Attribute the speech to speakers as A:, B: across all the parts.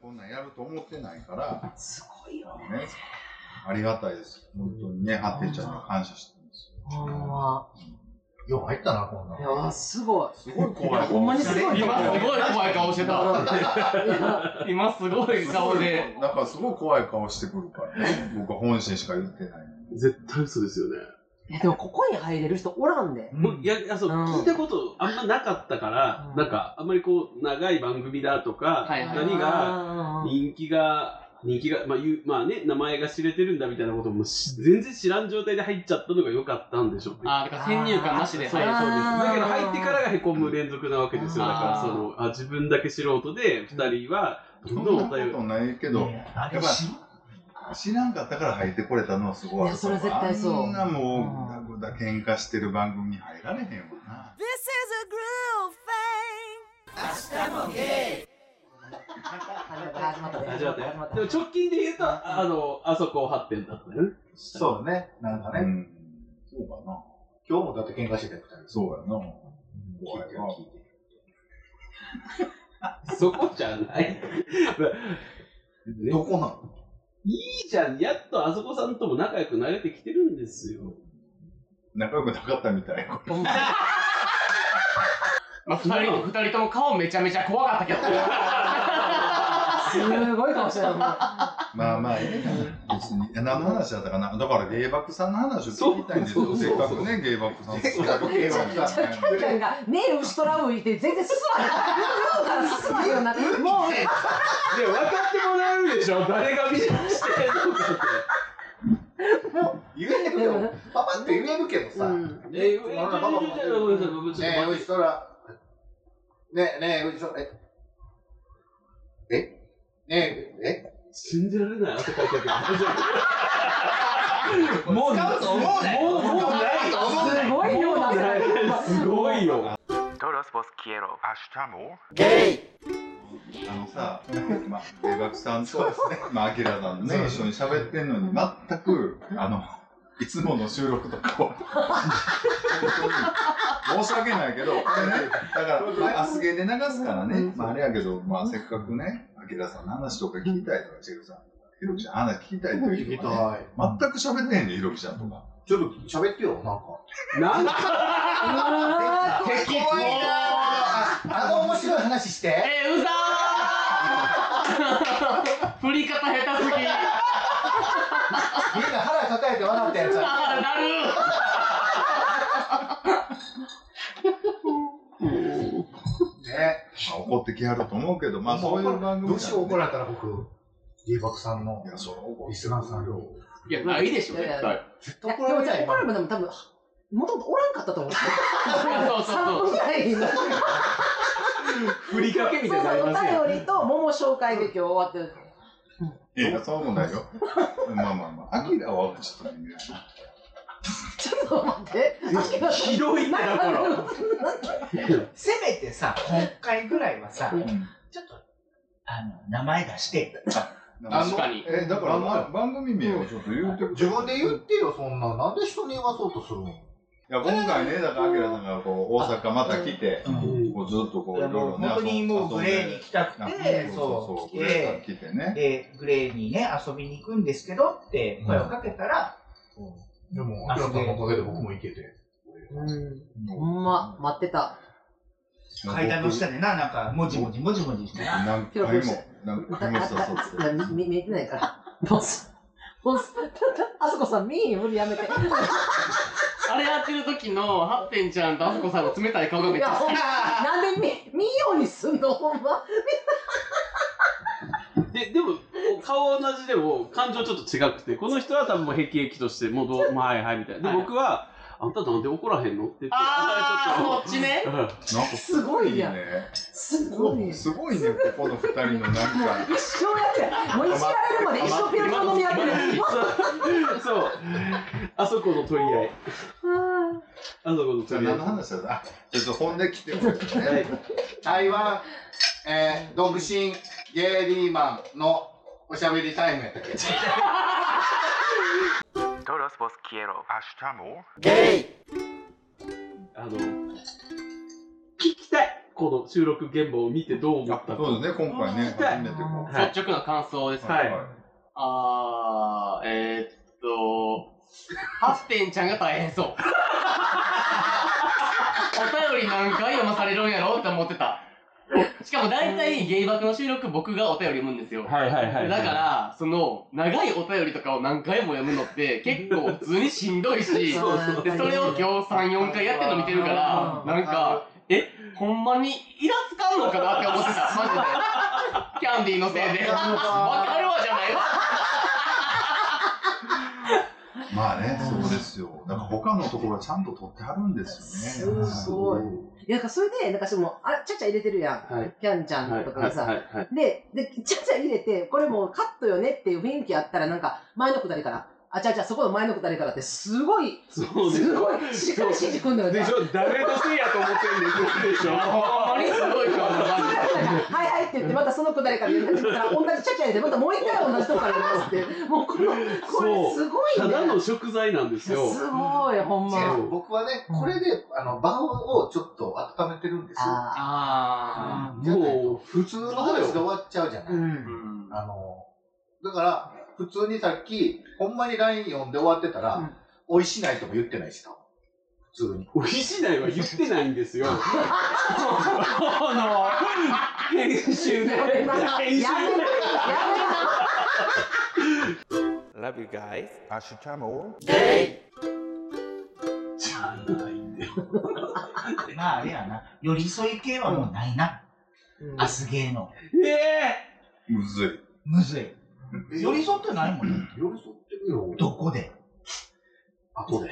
A: こんなんやると思ってないから、
B: すごいよね。
A: ね、ありがたいです。本当にね、ハッテンちゃんには感謝してます。
B: ほんま。。
C: よう入ったな、こんない
B: やー、すごい。
A: すごい怖い。
B: ほんまにすごい
D: 今すごい怖い顔してた。今すごい顔で。
A: なんかすごい怖い顔してくるからね。僕は本心しか言ってないのに。
E: 絶対嘘ですよね。
B: いや、でもここに入れる人おらんで。
E: いや、いや、そう、
B: うん
E: 聞いたことあんまなかったから、
B: うん
E: なんか、あんまりこう、長い番組だとか、
D: はいはい
E: 何が、
B: が
E: 人気が、人気が、まあ、言うまあね、名前が知れてるんだみたいなこともし、全然知らん状態で入っちゃったのが良かったんでしょうね。
D: あ、だから先入観なしで
E: そう
D: 入
E: そう
D: る
E: です。
B: あー
E: だけど入ってからがへこむ連続なわけですよ。だから
D: あー
E: そのあ自分だけ素人で二人はど
A: そ
E: んど
A: んなん
E: お
A: こ
E: 便り
A: とないけど、
C: あれ
A: やっぱ
C: 知らん
A: 知らんかったから入ってこれたのはすごいあると思う。
B: いやそれは絶対そう
A: あんなもう、
B: うん
A: ぐだぐだ喧嘩してる番組に入られへんわな。
F: This is a groove thing.
B: 始まったで。
E: 始まって
B: 始まった
E: でも直近で言うと、
B: うん
E: あの、あそこ発展だったよね。
C: そうね。なんか
A: う
C: ね、
A: ん。そうかな。
C: 今日もだって喧嘩してたよ、二人。
A: そうやな。
C: 聞
A: 怖
C: いて
A: い
C: る、
A: わ。
C: 聞いてる。
E: そこじゃない。ね
C: どこなの
E: いいじゃん。やっとあそこさんとも仲良くなれてきてるんですよ。
A: 仲良くなかったみたい。
D: まあ、二人、二人とも顔めちゃめちゃ怖かったけど。
B: すごいかもしれない。もう
A: まあまあ、ええやん別に。え何の話だったかな。だから、芸爆さんの話を聞きたいんです
E: そ
A: よ。
E: うそう
A: せ
E: そ
A: っ
E: うそう
A: かくね、芸爆さん。
C: せっかく芸爆さ
A: ん。
B: キャンちゃんが、ねえ、牛とらういて、全然進まない。言うから進まないようになって、もう、
E: で、分かってもらえるでしょ。誰が見せてるのかって。
C: 言えるよ。パパって言えるけどさ。
B: うん
E: え、上
C: 俺らパパも言えるねえ、うちとら。ねえ、ねえ、うちとら。ええねえ、え
E: 信じられない汗かいてるけど。もう、
D: 使うと思うなよ
E: もう、もうない。
B: すごい量だね。
E: すごいよ。
A: あのさ、まあ、芸爆さんと、まあ、アキラさんね、一緒に喋ってんのに、全く、あの、いつもの収録とかを、本当に申し訳ないけど、これね、だから、まあ、アスゲーで流すからね、まあ、あれやけど、まあ、せっかくね、アキラさんの話とか聞きたいとか、チェルさんとか、ヒロキちゃんの話聞きたいと
C: え
A: いう人がね、
C: い。
A: 全く喋ってへんで、ヒロキちゃんとか。
C: ちょっと喋ってよ、なんか。
E: なん
B: あ
C: 怖
D: 敵
C: いなああの面白い話して。
D: えー、うざー 振り方下手すぎ。
C: みんな腹抱えて笑ったやつは。
D: あー、なる
C: ね。
A: まあ、怒ってきはると思うけど、まあ、そういう番組なんで
C: どうしよう怒られたら僕、リーバクさんの
A: いや、そう怒る
C: リスナーさんよ。
D: いや、ないでしょ、絶対。
C: 絶
B: ー
C: 対
B: いや
C: 怒られた
B: で
C: い
B: も、怒られ。
C: 今
B: もでも多分、もともとおらんかったと思う。
D: そうそ
B: 3
D: うそう
B: ぐらいの。
E: ふりかけみ
B: そ
E: たいになり
B: う
E: ます
B: そう、
E: よ
B: お。便りと桃紹介で今日終わってる。
A: いや、そうもないよ。まあまあまあ、アキラはちょっとね、
B: ちょっと待って。明らかに
E: ひどいんだから。
G: せめてさ、今回ぐらいはさ、
A: うん
G: ちょっと、あの、名前出して。
D: 確かに。
A: え、だから、ま、番組名をちょっと言うてくれ
C: 自分で言ってよ、そんな。なんで人に言わそうとするの
A: いや、今回ね、だから、アキラさんがこう、大阪また来て、こうずっとこう、い
G: いや
A: ろい
G: もう
A: ろね、
G: 本当にもうグレーに来たくて、
A: そう
G: そ、
A: そうそうう、グレーが
G: 来
A: 来てね。
G: て、で、グレーにね、遊びに行くんですけどって声をかけたら、
C: でも、アキラさんのおかげで僕も行けて。
B: うん。ほんま、待ってた。
G: 階段の下でな、なんか、もじもじもじもじしてな。
A: 何回も、何回も
B: あ
A: さ、そう
B: ああみ見見えてないから。ボス。ボス。あそこさん、見えへん無理やめて。
D: あれやってる時の、ハッテンちゃんとあすこさんの冷たい顔がめ
B: い
D: っち
B: や、
D: ゃ
B: ほんま。なんで見、見ようにすんのほんま。
E: で、でも、顔は同じでも、感情ちょっと違くて、この人は多分もうへきへきとして、もうどう、まあはいはいみたいな。で、僕は、あんたなんで怒らへんのって言って、
D: あー、そっちね。
E: ちょっと。うん
A: なんかすごいね。
B: すごい。
A: すごいね、ここの二人のなんか。
B: 一生やってる。もういじられるまで一生ピロピロ飲みやってる。
E: そうそう。あそこの取り合い。あそこの
A: じゃあ
E: 取り合
A: 何
E: い
A: の。話だったあ、ちょっと本で来てもらってね。
C: 台湾、えー、独身ゲイリーマンのおしゃべりタイムやったっけ
E: あの、聞きたい。この収録現場を見てどう思
A: あ
E: ったか。
A: そうですね、今回ね、
E: 聞きたい
A: 初めてこう。
E: はい
D: 率直な感想ですか、
E: はい
D: あー、えー、っと、ハッペンちゃんが大変そう。お便り何回読まされるんやろって思ってた。しかも大体ゲイバクの収録僕がお便り読むんですよ。
E: はいはいはい。
D: だか、ら、その、長いお便りとかを何回も読むのって結構普通にしんどいし、
E: そうそう
D: でそれを今日3、4回やってるの見てるから
B: う、ん
D: なんか、え、ほんまにイラつかんのかなって思ってた、マ ジで。キャンディーのせいで。
C: わかるわ
D: わかるわじゃないわ。
A: まあね、そうですよ。なんか他のところはちゃんと取ってはるんですよね。
B: すごいいやなんかそれで、なんかしも、あ、ちゃちゃ入れてるやん。
E: はい。
B: キャンちゃ
E: はい。
B: んとかが
E: は
B: さ。
E: い。はい。
B: で、で、ちゃちゃ入れて、これもうカットよねっていう雰囲気あったら、なんか、前のくだりから、あ、ちゃちゃ、そこの前のくだりからって、すごい、
E: そうです
B: すごい、しっかり信じくんだよね。
E: でしょ誰のせいやと思ってんでしょでしょ
D: ほんまにすごいから、マジで。
B: はいはいって言って、またそのくだりから言うから、同じちゃちゃ入れて、またもう一回同じとこから言いますって。もうこの、これすごいね。
E: ただ
B: い
E: の食材なんで
B: や
E: す
B: す
E: よ。
B: ごい、ほん
E: 違
B: ま。
E: う
C: 僕はね、これで、あの、場をちょっと温めてるんですよ。
B: あ
D: あ
C: じゃないと
E: もう、
C: 普通の話が終わっちゃうじゃ
G: う
C: ない。
D: ー。
G: ん。
C: あの、だから、普通にさっき、ほんまに LINE 読んで終わってた
G: う
C: ら
G: ん、
C: おいしないとも言ってないし、多分普通に。
E: おいしないは言ってないんですよ。あの、編集で、
B: やめなや
E: 編
B: め
E: 集
B: な
E: で。
H: Love you guys. Ashitamo.
E: じゃないんだよ
G: まああれやな。寄り添い系はもうないな。
B: うん
G: アスゲーの。
E: え
A: むずい。
G: むずい。寄り添ってないもんね。
C: 寄り添ってるよ。
G: どこで。
C: 後で。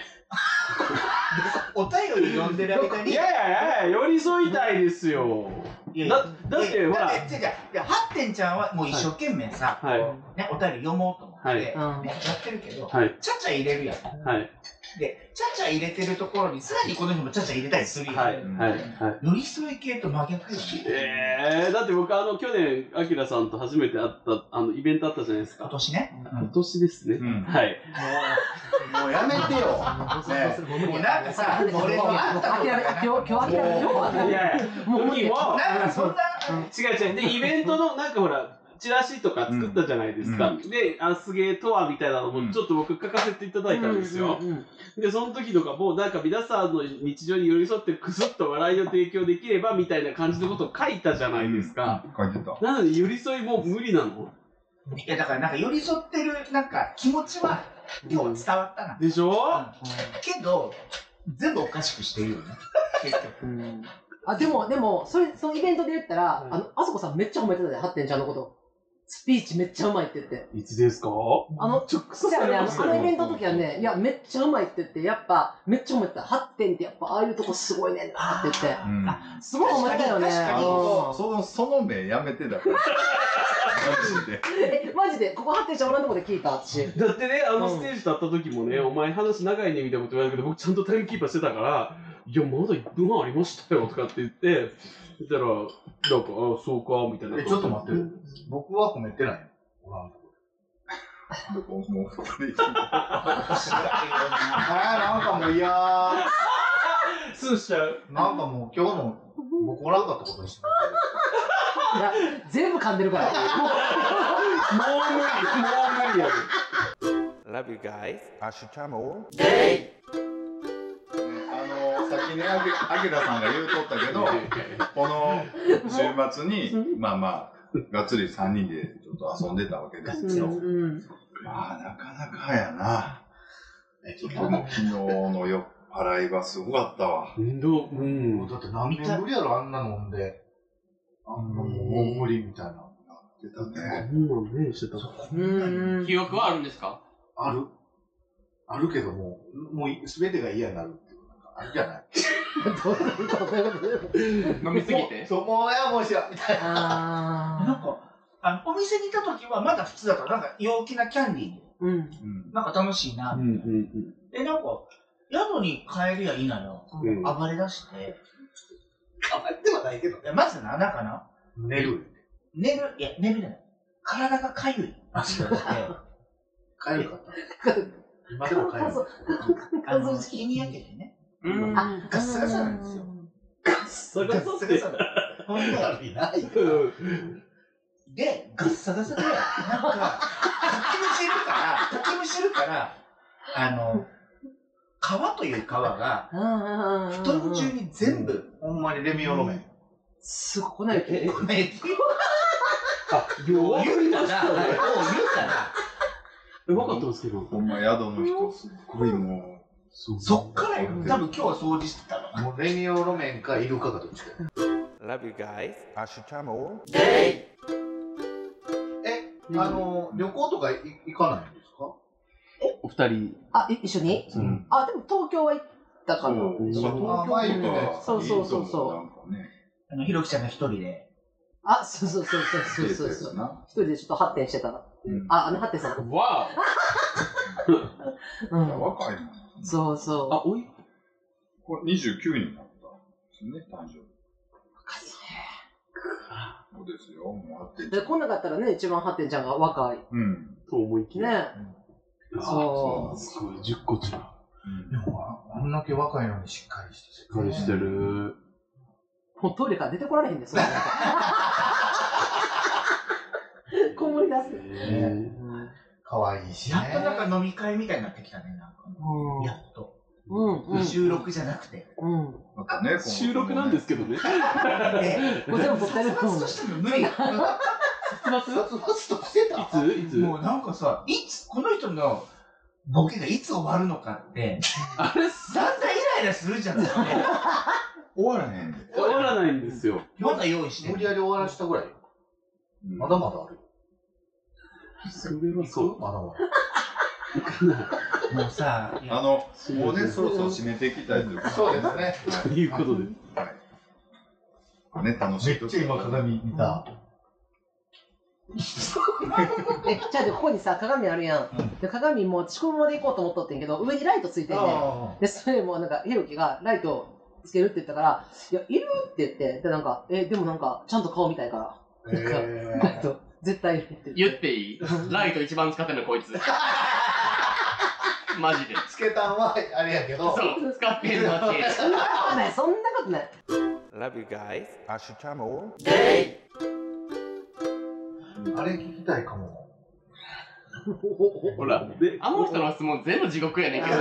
G: お便り読んでる間
E: え
G: に。
E: いやいやいや、寄り添いたいですよ。
G: いやいや
E: だだってほら
G: だって違う違ういやハッテンちゃんはもう一生懸命さ、
E: はい。
G: ね、お便り読もうと思って、
E: はい
G: ね
B: うん
G: やってるけど、
E: はい。
G: ちゃちゃ入れるやん。
E: はい。
G: で、ちゃちゃ入れてるところに、さらにこの人もちゃちゃ入れたりするやん。
E: はい。はい。はい。
G: 寄り添い系と真逆よね。
E: ええだって僕、あの、去年、アキラさんと初めて会った、あの、イベントあったじゃないです
G: 今
E: か。
G: 年ね。
E: 今年です
A: う
E: ね。
A: ん。
E: はい。
C: もうやめてよ。
G: もうなんかさ、
B: もう
G: 俺のあった
B: 諦め、今日、今日諦め、今日は諦
E: い
B: め。
E: やいや、
B: もう無理
E: 時を
G: なんかそんな、
E: 違う違う。で、イベントの、なんかほら、チラシとか作ったじゃないですか。
A: う
E: で、あ、すげえとはみたいなのも、ちょっと僕書かせていただいたんですよ。で、その時とかも、なんか皆さんの日常に寄り添って、くすっと笑いを提供できれば、みたいな感じのことを書いたじゃないですか。
A: 書いてた。
E: なので、寄り添いもう無理なの
G: いやだからなんか寄り添ってる、なんか気持ちは、今日は伝わったな。
E: でしょ
G: けど、全部おかしくしてるよね。結 局。
B: うんあ、でも、でも、それ、そのイベントで言ったら、あの、あそこさんめっちゃ褒めてたで、ハッテンちゃんのこと。スピーチめっちゃうまいって言って。
E: いつですか
B: あの、
E: 直
B: そうやね、あのあのイベントの時はね、いや、
E: っ
B: めっちゃうまいって言って、やっぱ、めっちゃ褒めてた。8点ってやっぱ、ああいうとこすごいねんなって言って。
A: うん。
B: すごい褒めてたよね。
G: 確かに
A: あのその、その目やめてだから。マジで。
B: うんえ、マジで、ここ8点じゃおらんとこで聞いた、私。
E: だってね、あのステージ立った時もね、お前話長いねみたいなこと言われたけど、僕ちゃんとタイムキーパーしてたから、いや、まだ1分半ありましたよとかって言って、言ったら、なんか、あ、そうか、みたいな。
C: え、ちょっと待って。僕は褒めてないよ。おらん
A: もう、もう二人
C: あーなんかもういやー
E: て。スーしちゃう。
C: なんかもう今日の僕おらんかったことにしても
B: いや全部噛んでるから。
E: もう無理、もう無理やで。
H: Love you guys. Ashitamo.
A: あの、先にあげ、あげらさんが言うとったけど、この週末に、まあまあ、がっつり3人でちょっと遊んでたわけですけど、
B: うん
A: まあ、なかなかやな。え、 ちょっともう昨日の酔っ払いはすごかったわ。
E: 運動、うん。
C: だって何年ぶりやろあんな飲んであんなもうもう無理みたいな
A: 出たね。
E: そんなんね、してたの。
B: うん。
D: 記憶はあるんですか
C: あるあるけどもうもう全てが嫌になるっていうなんかあるじゃない
B: どういうことどういうことどういうこと
D: 飲みすぎて。
C: そうもうやもうしやみたいな
G: なん
B: あ
G: か、あの、お店にいた時はまだ普通だから、なんか陽気なキャンディーで、
B: ーうん。
A: うん。
G: なんか楽しいな。
E: うんうん
G: で、なんか、宿に帰るやいなよ、
E: うん
G: 暴れ出して、暴れてはないけど、いやまずな、なんかな、
C: 寝る
G: 寝る、いや、寝るじゃない。体がかゆい。
C: 帰るかった今でも帰る
B: 乾燥、乾燥
G: あの、
B: 時期
G: 日に焼けてね。
D: うん。
G: ガッサガサなんですよ。ガッ
E: そこそって。
G: そんなのいないか
E: う
G: ら。
E: ん
G: で、ガッサガサで、なんか、かきむしてるから、かきむしてるから、あの、川という川が、
B: うんうん
G: 布団中に全部、ほんまにレミオロメン。
B: すごくない
E: ええ
G: この駅を
E: あ、弱
G: 言
E: いうな
G: た
E: し
G: ら、もう言うたら、
E: うまかったんですけど。
A: ほんま宿の人、すっごいもう、
G: そっからよ。多分今日は掃除してたの。
C: もうレミオロメンかイルカかどっちか。
H: Love you guys. Ashitamo.
C: え、あの、旅行とかい行かないんですか
E: お二人。
B: あ、い一緒に
A: うん。
B: あ、でも東京は行ったかな。
A: そう、東
C: あまあい
A: 京
C: い
A: と
C: ね
A: か、
B: そうそうそうそう
A: う。なんかね、
G: あの、ひろきちゃんが一人で、
B: あ、そうそうそうそうそうそう。
A: な。
B: 一人でちょっと発展してたら。
A: うん
B: あ、あの発展さん。
E: わ
B: う
A: いや
B: ん。
A: 若いもん。
B: そうそう。
E: あ、おい。
A: これ29になったんですよね、誕生日。
B: 若いね
A: そうですよ、もうあって。
B: で、来なかったらね、一番発展ちゃんが若い。
A: うん。
E: と思いきや。
B: ね。そ
A: あ
B: う。
E: すごい、10個違う。
A: うん
G: でも、あんだけ若いのにしっかりして
E: これしてる。
B: もうトイレから出てこられへんですよ。こもり出す。
E: え
B: うん
C: 可愛いし
G: やっとなんか飲み会みたいになってきたね、なんか。やっと。
B: うん。うん。
G: 収録じゃなくて。
B: うん。
A: あとね、
E: ー収録なんですけどね。
G: え、
B: もう全部撮ってる
G: 殺伐としたの無理。
C: 殺伐としてた
E: いついつ
G: もうなんかさ、いつ、この人のボケがいつ終わるのかって、
E: あれさ、
G: だんだんイライラするじゃん。
A: 終わらへんで。
E: 終わらないんですよ。
G: まだ用意して
C: 無
G: る
C: 理。やり終わらしたぐらい。
A: うん
C: まだまだある。
E: それは
C: そう
E: そ
C: まだまだ。
G: もうさ、
A: あの、
E: う。
A: もうね、そろそろ締めていきたいということ
C: そうですね。
E: ということで。
A: はい。ね、楽しい。
C: 見た。
B: え、じゃあでここにさ、鏡あるやん。で、鏡もう私このままで行こうと思っとってんけど、上にライトついてんねん。で、それもうなんか、ひろきがライトつけるって言ったから、いや、いるって言って、で、なんか、え、でもなんか、ちゃんと顔見たいから、
C: え
B: ライト、絶対いるって言
D: 言
B: っ。
D: ってていいライト一番使ってんのこいつ。 マジで。
C: ーつけたんはあれやけど。
D: そう、使ってんのって。
B: そんなことない、そんなことない。
H: Love you guys. Ashitamo.
C: あれ聞きたいかも。
E: ほら、で、
D: あの人の質問全部地獄やねんけど。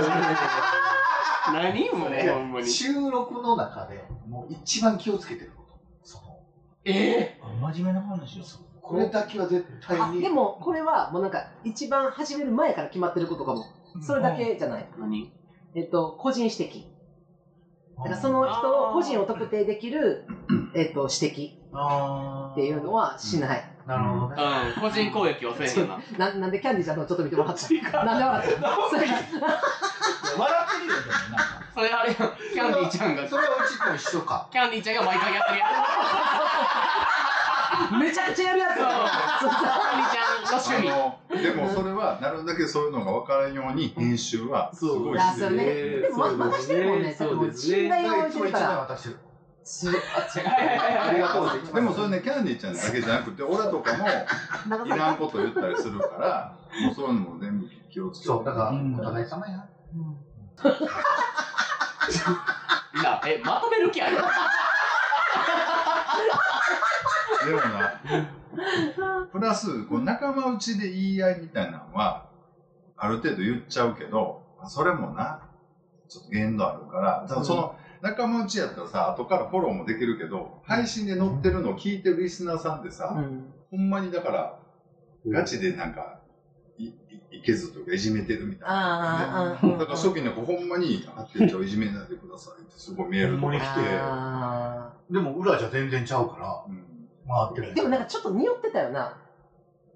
D: 何もね、ほんまに。
C: 収録の中で、もう一番気をつけてること。その、
D: え
G: 真面目な話をする。
C: これだけは絶対
B: あ、
C: に。
B: でも、これはもうなんか、一番始める前から決まってることかも。それだけじゃない。
D: ー、何
B: えっと、個人指摘。だからその人を、個人を特定できる、えっと、指摘
G: あー
B: っていうのはしない。
G: なるほどね。
D: うん、個人攻撃はせえへんな。
B: ななんでキャンディーちゃんのちょっと見てもらったなんで笑ったそれ
G: 笑ってるよ、でもなんか。
D: それあれやん、キャンディーちゃんが、
C: それはうちと一緒か。
D: キャンディーちゃんが毎回やってるや
B: めちゃくちゃやるやつだそう
D: つ。キャンディーちゃんの趣味。
A: あの、でもそれは、なるだけそういうのが分からんように、編集はす
E: そう
A: ごい
B: あ
A: して
B: そ
A: る
B: うね。でもま
E: そう
B: 渡してるもんね。だって
E: そ
B: も
E: う
B: う
E: ですね
B: 信。頼を置いて
C: 一番
B: る
C: 一
B: か
C: 番
B: ら。
C: 渡してる。
B: すあ違う
C: ありがとうって一番
A: でもそれね、キャンディーちゃんだけじゃなくて、俺とかも、
B: 長
A: い
B: さ
A: らんこと言ったりするから、もうそういうのも全部気をつけて。
C: そう、だから、
G: うん
C: お互い様や。
D: な、え、まとめる 気ある
A: でもな、プラス、こう仲間内で言い合いみたいなのは、ある程度言っちゃうけど、それもな、ちょっと限度あるから、多分その、仲間内やったらさ、後からフォローもできるけど、配信で載ってるのを聞いてるリスナーさんってさ、
B: うん
A: ほんまにだから、ガチでなんか、い、いいけずというか、いじめてるみたいな。
B: あーあーあー
A: だから初期なんかほんまに、あってちゃん いじめないでくださいってすごいメールとか来て、
B: あ
C: でも裏じゃ全然ちゃうから、
A: うん
C: 回ってる
B: ーでもなんかちょっと匂ってたよな。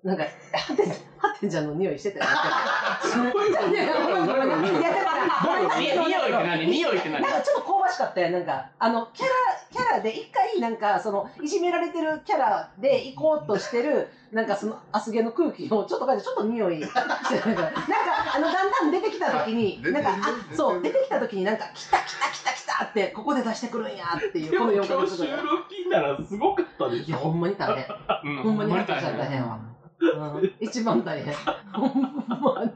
B: なんか、ハテン、ハテンちゃんの匂いしてたよな。いやいや、ごめんごめんごめんいやだから、ごめんな
D: 匂い
B: さい
D: って何匂いって
B: なん
D: 何
B: かちょっと香ばしかったよ、なんか、あの、キャラ、キャラで一回、なんか、その、いじめられてるキャラで行こうとしてる、なんかその、アスゲの空気をちょっと嗅いで、ちょっと匂いしてなんか、なんか、あの、だんだん出てきた時に、
A: あ出てる
B: なんか、あ、そう、
A: 出て
B: 出
A: る
B: てきた時になんか、来た来た来た来たって、ここで出してくるんやっていう、
E: で
B: この
E: も今
B: 4
E: 日
B: ヶ月
E: 収
B: ぐらい。
E: 録聞いたらすごかったで
B: い
E: し
B: や、ほ
E: ょ
B: んまに大変。
D: うん
B: ほんまに
D: ほん
B: ハ
D: まに
B: テン
D: 大
B: ちゃん大
D: 変。
B: 変は。うん、一番大変。ほんまに。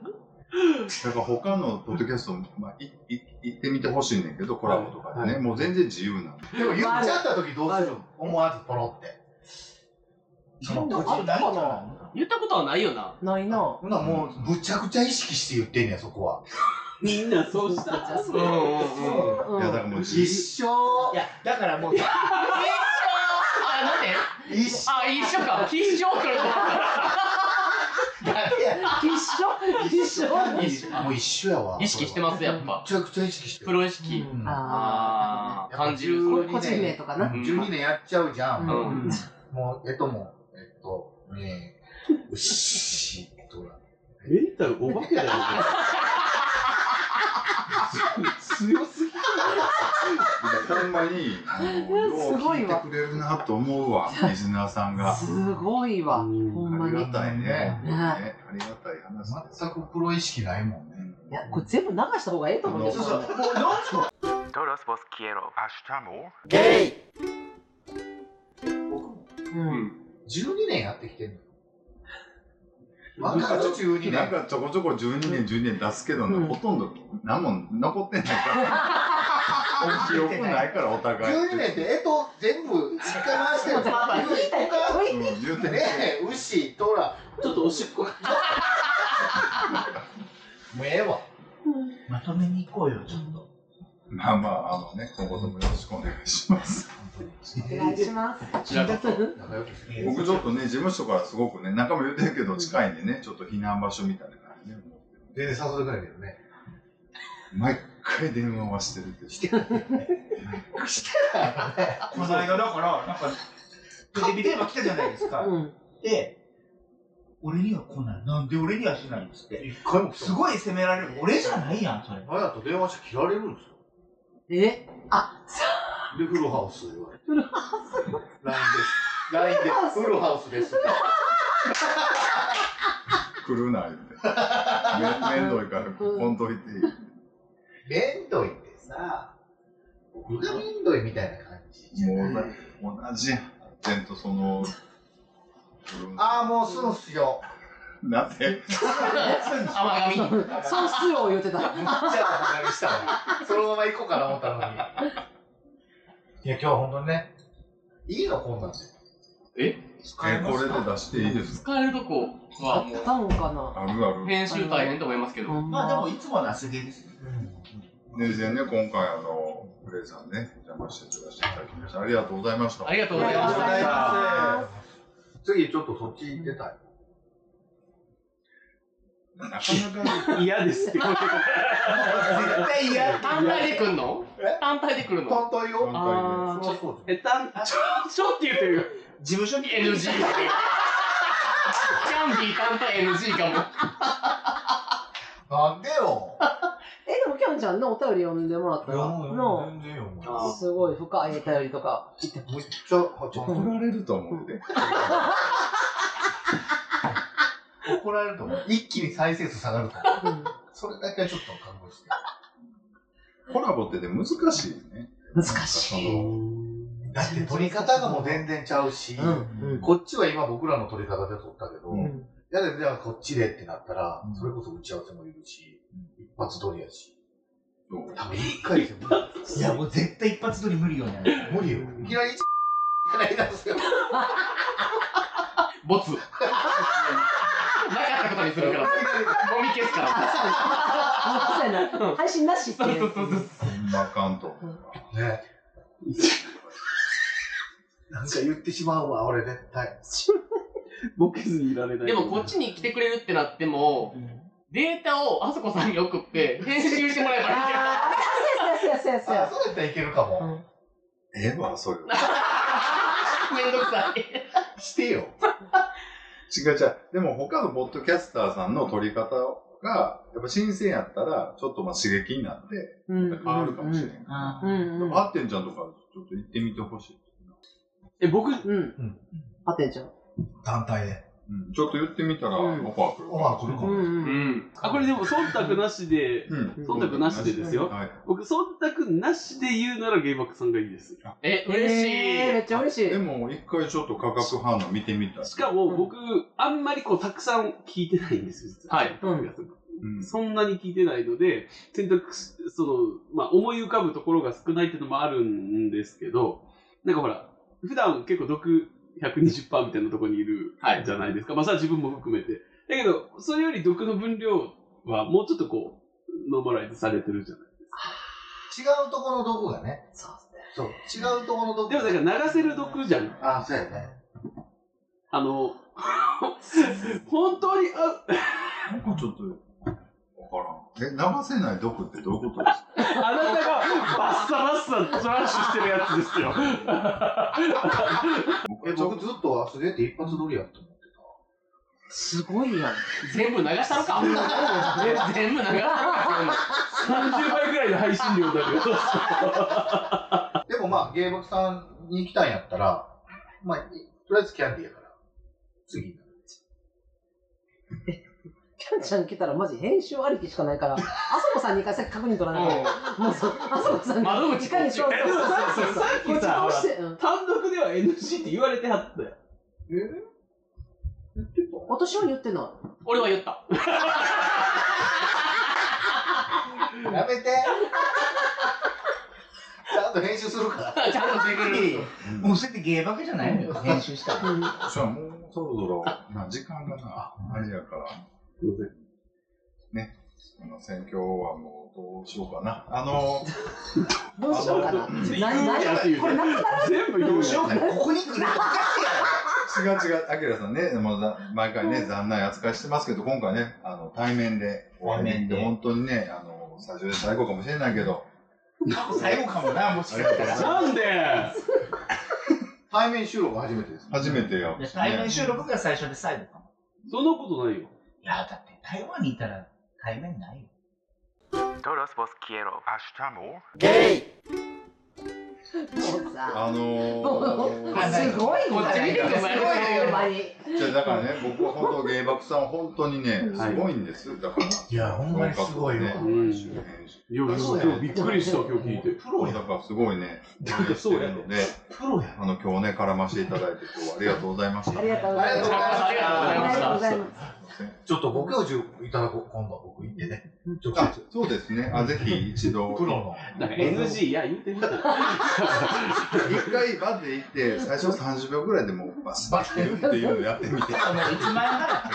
A: だから他のポッドキャスト、まあ、いい行ってみてほしいねんけど、コラボとかでね、もう全然自由なんで。
C: でも言っちゃった時どうするの思わずポロって。
B: そんなん あったかな
D: 言ったことはないよな。
B: ないな。
C: ほなもう、むちゃくちゃ意識して言ってんねや、そこは。
E: みんなそうした。
B: うん
D: うんうん
B: う
D: うん。
B: ん
A: いや、だからもう自由。
C: 一生
G: い、や、だからもう、
D: あ、なんで
C: 一生、
D: あ、一緒か。必勝か
C: 誰や
B: 一緒一緒
C: もう一緒やわ。
D: 意識してます、やっぱ
C: む。ちゃくちゃ意識して
D: プ
C: る。
D: ロ意識。
C: うん
D: あ
B: あ
D: あ、感じる。
B: あ。個人名とかな。
D: うん
C: 12年やっちゃうじゃん。
D: うん
B: うん
C: もう、えっともう、えっと、ねえ、うっしーとら。
E: メンタルお化けだよね。
C: 強すぎる。
A: ほんまに、あの、よう 聞いてくれるなと思うわ、リスナーさんが。
B: すごいわ。ほ
E: うん
B: んま
A: あり
B: に。
A: が
B: い
A: たいね。
C: ね
A: ねありがたい話です。
C: 全くプロ意識ないもんね。
B: や、これ全部流した方がええと思うけど。
C: そうそう、もうなんすか
H: Todos vos quiero. Hasta more.
C: ゲイ僕も
B: うん。
C: 12年やってきてんのよ。わかる ?12
A: なん
C: 年。
A: かちょこちょこ12年、12年出すけどな、
B: うん
A: ほとんど何も残ってないから。記憶ないから、お互い。
C: 12年って、えっと、全部、実家回してる。
B: 言いたいこと言い
A: うん、10年。
C: ねえ、うっしーとら。
E: ちょっとおしっこが。
C: もうええわ。
G: まとめに行こうよ、ちょっと。
A: まあまあ、あのね、今後ともよろしくお願いします。
B: お願いします。
D: 白子と
C: 仲良くす
A: 僕ちょっとね、事務所からすごくね、中も言ってるけど、近いんでね、ちょっと避難場所みたいな感じで、も
C: 全然誘ってくれないけどね。
A: う毎回電話はしてるけど。して
G: この間、だから、なんか、テレビ電話来たじゃないですか。
B: うん。
G: で、俺には来ない。なんで俺にはしないんですって。
C: 一回も
G: すごい責められる。俺じゃないやん、それ。
C: あやと電話して切られるんですよ。
B: えあ、さ
C: で、フルハウス言われて。フルハウス ?LINE です。LINE で、フルハウスです。
A: くるな、言うて。めめんどいから、こんといて。
C: めんどいってさ、僕がめんどいみたいな感じじゃ
A: もう
C: ない。
A: 同じやん。ちゃんとその、
C: ああ、もうすぐしよ
A: なぜ
D: 甘
B: あ、
D: 髪。
B: そうすよ言ってた。
C: う。じゃあ、お願いしたわ。そのまま行こうかな思ったのに。
G: いや、今日は本当にね、
C: いいの、こんなんで。
A: えこれで出していいですか
D: 使えるとこは
B: あ
D: も
B: ったんかな。
A: あるある。
D: 編集大変と思いますけど。
G: まあでも、
B: い
G: いつものすげですよ。
A: 全然ね、今回あの、グレイさんね、お邪魔して出していただきました。ありがとうございました。
D: ありがとう
B: あ
D: ございま
B: りがとうご
D: す。
B: ざい
C: あ
B: ま
C: 次、ちょっとそっち行ってたい。
A: なかなか、
E: 嫌ですってことで
G: 絶対嫌。
D: 単体で来んの
C: え
D: 単体で来るの
C: 本当よ。
D: あー
C: そうそう。
E: え、たん、ちょ、ちょって言ってるよ。
G: 事務所に
D: NG キャンディー単体 NG かも
C: なんでよ。
B: え、でも、きょんちゃんのお便り読んでもらったら、の、
G: 全然よ、もう
D: あ
B: すごい深いお便りとか。
C: むっちゃ、はちゃん
A: 怒られると思って。
C: と怒られると思う。一気に再生数下がると思う。
B: うん
C: それだけはちょっと覚悟して。
A: コラボってで難しいね。
B: 難しい。
C: だって撮り方がもう全然ちゃうし、
B: うん
C: こっちは今僕らの撮り方で撮ったけど、
A: う
B: うん
C: やだ、じゃあこっちでってなったら、
A: うん
C: それこそ打ち合わせもいるし、一発撮りやし。
A: どう
C: 多分一回ですよ。
G: いや、もう絶対一発撮り無理よね。
C: 無理よ。いきなり一いきなり出すよ。
D: ボツなかったことにするからもみ消すから
B: あそうやな配信なしって
D: そうそうそうそう
A: そんなあかんと思う
C: ね。なんか言ってしまうわ、俺絶対。
E: ボケずにいられない。
D: でもこっちに来てくれるってなってもデータをあそこさんに送って編集してもらえばいいんじゃ
B: ああそうやそうやそうやそう
C: あ
B: や、
C: そうやったらいけるかも。
A: ええわ、それ。
D: ないめんどくさい
C: してよ。
A: 違う違う。でも他のポッドキャスターさんの撮り方が、やっぱ新鮮やったら、ちょっとまあ刺激になって、
B: うん
A: 変わるかもしれん。
G: あ
B: うんうん
A: あってんちゃんとか、ちょっと行ってみてほしい。
E: え、僕、
B: うんあってんじゃん
G: 団体で。
A: うん、ちょっと言ってみたら、オ
B: うん
A: ファー来る
C: オファー来るか
B: う
C: も。
D: うんん
E: あ、これでも忖度なしで、
A: うん。
E: 忖度なしでですよ
A: はい。
E: 僕、忖度なしで言うならゲイバックさんがいいです。
D: え嬉しい
B: えーめっちゃ嬉しい
A: でも、一回ちょっと化学反応見てみたい。
E: しかも僕、あんまりこう、たくさん聞いてないんですよ、実は。
D: はい
B: うん
A: うん
E: そんなに聞いてないので、選択肢、その、まあ、思い浮かぶところが少ないっていうのもあるんですけど、なんかほら、普段結構毒120%みたいなところにいる
D: はい
E: じゃないですか。まあ、それは自分も含めて。だけど、それより毒の分量はもうちょっとこう、ノーマライズされてるじゃない
C: 違うところの毒がね。
B: そうですね。
C: そう。違うところの毒
E: でもだから流せる毒じゃん。
C: あ、そうやね。
E: あの、 本当に、あ、
A: なんかちょっと、わからん。え、流せない毒ってどういうこと ですか
E: あなたがバッサバッサトラッシュしてるやつですよ。
A: 僕
C: え、
A: はちょっ
C: 僕ずっとあすげえって一発撮りやった。
B: すごいやん。
D: 全部流したのかえ全部流したのか
E: 30倍ぐらいの配信量になるよ。
C: でもまあ、芸クさんに来たんやったら、まあ、とりあえずキャンディーやから。次。
B: キャンちゃん来たらマジ編集ありきしかないから、あそこさんに一回先確認取らないと。もうそう、 あそこさんに。
D: 窓口
B: いかにそう
E: えでもさっきさっきさ
B: こっち倒して、うん。
E: 単独では NG って言われてはったよ。
B: 私は言ってな
D: 俺は言った
C: や めてちゃんと編集するから。
D: ちゃんとしてくれる
A: と、う
G: もうそれって芸バカじゃないの よ、編集したら。
B: い。うん。
A: んじゃあもうそろそろ、な時間がな、あれやから、あの選挙はもうどうしようかな。あの、
B: どうしようかな。何
E: 言うやつ言
B: 何これなくなる
E: う全部言う
C: ど
E: よ
C: うしようかな。ここに来るのおかしいや
A: 違
C: ろ。
A: う違う、アキラさんね、もうざ毎回ね、残念扱いしてますけど、今回ね、あの、対面で、お会いでき
G: 対面
A: て、
G: で
A: 本当にね、あの、最初で最後かもしれないけど、
G: 最後かもな、もし
A: あ
G: かし
A: りがとう
G: た
A: ござい
G: ら
A: ます。
E: なんで
C: 対面収録初めてです、
A: 初めてよ。
G: いや対面収録が最初で最後かも。
E: そんなことないよ。
G: いや、だって台湾にいたら対面ないよ。
H: Todos vos quiero. Hasta
B: も
H: more.
B: うさ、
A: あ
B: も
A: の
B: う
A: ー、
B: すごい
D: こっち見てください
B: すごいね、ほんまに。
A: じゃあだからね、僕は本当、芸爆さん、本当にね、すごいんです。だから、
G: いや、ほんまにすごいよ
A: ね。
E: うん
A: 毎週編集。
E: いや、今
A: そうだ
E: 日
A: よ
E: びっくりした、今日聞いて。
A: プロだからすごいね、応援してるので、
G: プロや。
A: あの、今日ね、絡ませていただいて、今日はありがとうございました。
B: ありがとうございます。
D: ありがとうご
B: ありがとうござ
D: ざいました
B: います。
C: ちょっとご教授いただこう。今度僕行ってね。直
A: あ
C: 接。
A: そうですね。あ、ぜひ一度。
C: プロの。
E: なんか NG、いや、言うてみたら。
A: 一回バッて行って、最初30秒ぐらいでもうバスバッて言うっていうのをやってみて。
G: あの、1万円だっけな。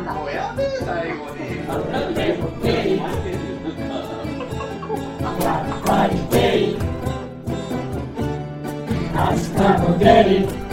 B: なん
E: お
G: んか
B: だ。
C: もうやめえ、最後に。
E: ー